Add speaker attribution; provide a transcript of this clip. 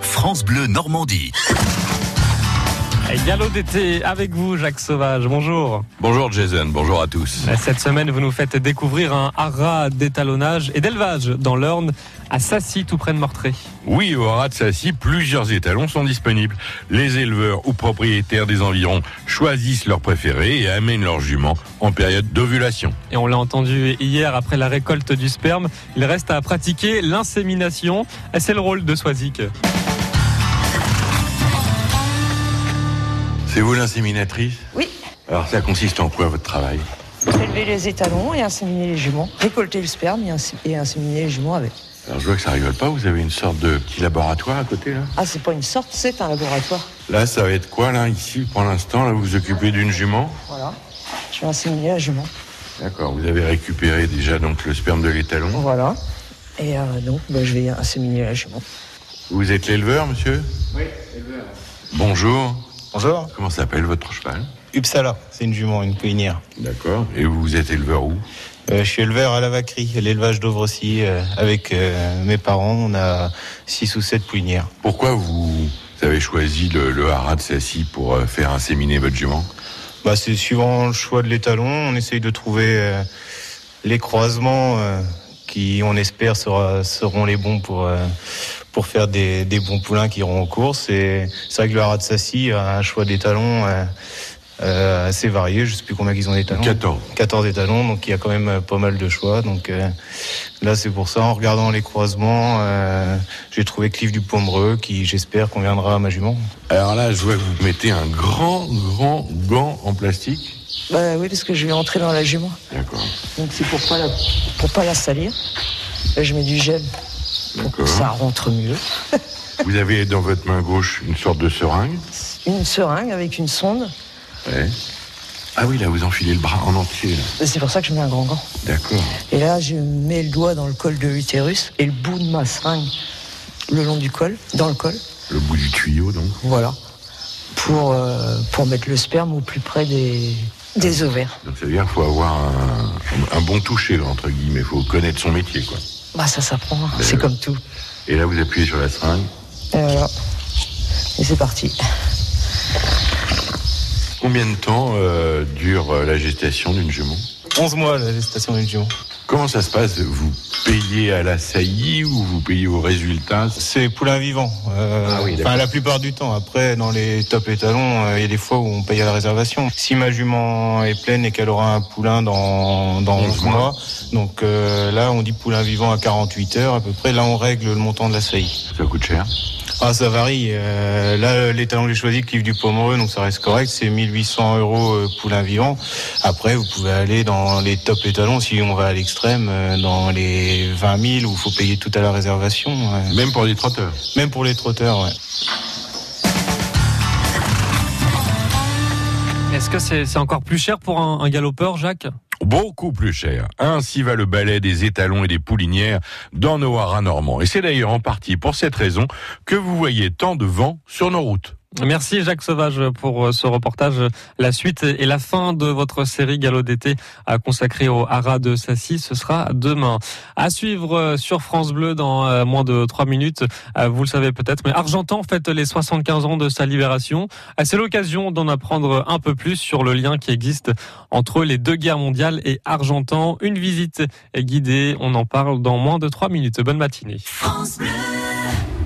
Speaker 1: France Bleu Normandie.
Speaker 2: Et Dialogue d'été avec vous, Jacques Sauvage. Bonjour.
Speaker 3: Bonjour Jason, bonjour à tous.
Speaker 2: Cette semaine, vous nous faites découvrir un haras d'étalonnage et d'élevage dans l'Orne, à Sassy, tout près de Mortray.
Speaker 3: Oui, au Haras de Sassy, plusieurs étalons sont disponibles. Les éleveurs ou propriétaires des environs choisissent leurs préférés et amènent leurs juments en période d'ovulation.
Speaker 2: Et on l'a entendu hier après la récolte du sperme, il reste à pratiquer l'insémination. C'est le rôle de Swazik.
Speaker 3: C'est vous l'inséminatrice
Speaker 4: Oui.
Speaker 3: Alors ça consiste en quoi votre travail
Speaker 4: Élever les étalons et inséminer les juments. Récolter le sperme et, insé- et inséminer les juments avec.
Speaker 3: Alors je vois que ça rigole pas, vous avez une sorte de petit laboratoire à côté là
Speaker 4: Ah, c'est pas une sorte, c'est un laboratoire.
Speaker 3: Là ça va être quoi là ici pour l'instant Là vous vous occupez d'une jument
Speaker 4: Voilà. Je vais inséminer la jument.
Speaker 3: D'accord, vous avez récupéré déjà donc le sperme de l'étalon.
Speaker 4: Voilà. Et euh, donc, bah, je vais inséminer la jument.
Speaker 3: Vous êtes l'éleveur monsieur
Speaker 5: Oui, éleveur.
Speaker 3: Bonjour.
Speaker 5: Bonjour.
Speaker 3: Comment s'appelle votre cheval
Speaker 5: Uppsala, c'est une jument, une poulinière.
Speaker 3: D'accord. Et vous êtes éleveur où
Speaker 5: Euh, je suis éleveur à la vaquerie, à l'élevage d'Ovre aussi, euh, avec euh, mes parents. On a 6 ou 7 poulinières.
Speaker 3: Pourquoi vous avez choisi le, le haras de Sassy pour euh, faire inséminer votre jument
Speaker 5: Bah, c'est suivant le choix de l'étalon. On essaye de trouver euh, les croisements euh, qui, on espère, sera- seront les bons pour, euh, pour faire des, des bons poulains qui iront en course. Et c'est vrai que le haras de Sassy a un choix d'étalons euh, euh, assez varié. Je sais plus combien ils ont d'étalons.
Speaker 3: 14.
Speaker 5: 14 étalons, donc il y a quand même euh, pas mal de choix. Donc euh, là, c'est pour ça. En regardant les croisements, euh, j'ai trouvé Cliff du Pomereux, qui j'espère conviendra à ma jument.
Speaker 3: Alors là, je vois que vous mettez un grand, grand gant en plastique.
Speaker 4: Bah oui, parce que je vais entrer dans la jument.
Speaker 3: D'accord.
Speaker 4: Donc, c'est pour pas la, pour pas la salir. Là, je mets du gel pour que
Speaker 3: D'accord.
Speaker 4: ça rentre mieux.
Speaker 3: Vous avez dans votre main gauche une sorte de seringue.
Speaker 4: Une seringue avec une sonde.
Speaker 3: Ouais. Ah oui, là, vous enfilez le bras en entier. là.
Speaker 4: Et C'est pour ça que je mets un grand gant.
Speaker 3: D'accord.
Speaker 4: Et là, je mets le doigt dans le col de l'utérus et le bout de ma seringue le long du col, dans le col.
Speaker 3: Le bout du tuyau, donc.
Speaker 4: Voilà. Pour, euh, pour mettre le sperme au plus près des, des ovaires.
Speaker 3: Donc ça veut dire qu'il faut avoir un, un bon toucher, entre guillemets. Il faut connaître son métier, quoi.
Speaker 4: Bah, ça s'apprend, hein. c'est comme tout.
Speaker 3: Et là, vous appuyez sur la seringue.
Speaker 4: Et voilà. Et c'est parti.
Speaker 3: Combien de temps euh, dure euh, la gestation d'une jument
Speaker 5: 11 mois la gestation d'une jument.
Speaker 3: Comment ça se passe Vous payez à la saillie ou vous payez au résultat
Speaker 5: C'est poulain vivant. euh,
Speaker 3: Ah oui, d'accord.
Speaker 5: enfin, la plupart du temps. Après, dans les top étalons, euh, il y a des fois où on paye à la réservation. Si ma jument est pleine et qu'elle aura un poulain dans, dans
Speaker 3: 11
Speaker 5: 11 mois, donc euh, là, on dit poulain vivant à 48 heures à peu près. Là, on règle le montant de la saillie.
Speaker 3: Ça coûte cher.
Speaker 5: Ah, ça varie. Euh, là, les talons que j'ai choisis, Cliff du Pomereux, donc ça reste correct. C'est 1800 euros euh, poulain vivant. Après, vous pouvez aller dans les top étalons, si on va à l'extrême, euh, dans les 20 000 où il faut payer tout à la réservation. ouais.
Speaker 3: Même pour des trotteurs.
Speaker 5: Même pour les trotteurs, ouais.
Speaker 2: Est-ce que c'est c'est encore plus cher pour un, un galopeur, Jacques
Speaker 3: Beaucoup plus cher. Ainsi va le balai des étalons et des poulinières dans nos haras normands. Et c'est d'ailleurs en partie pour cette raison que vous voyez tant de vent sur nos routes.
Speaker 2: Merci Jacques Sauvage pour euh, ce reportage. La suite et la fin de votre série Galop d'été euh, consacrée au haras de Sassy, ce sera demain. À suivre euh, sur France Bleu dans euh, moins de 3 minutes, Euh, vous le savez peut-être, mais Argentan fête les 75 ans de sa libération. Euh, C'est l'occasion d'en apprendre un peu plus sur le lien qui existe entre les deux guerres mondiales et Argentan. Une visite guidée, on en parle dans moins de 3 minutes. Bonne matinée.
Speaker 6: France Bleu.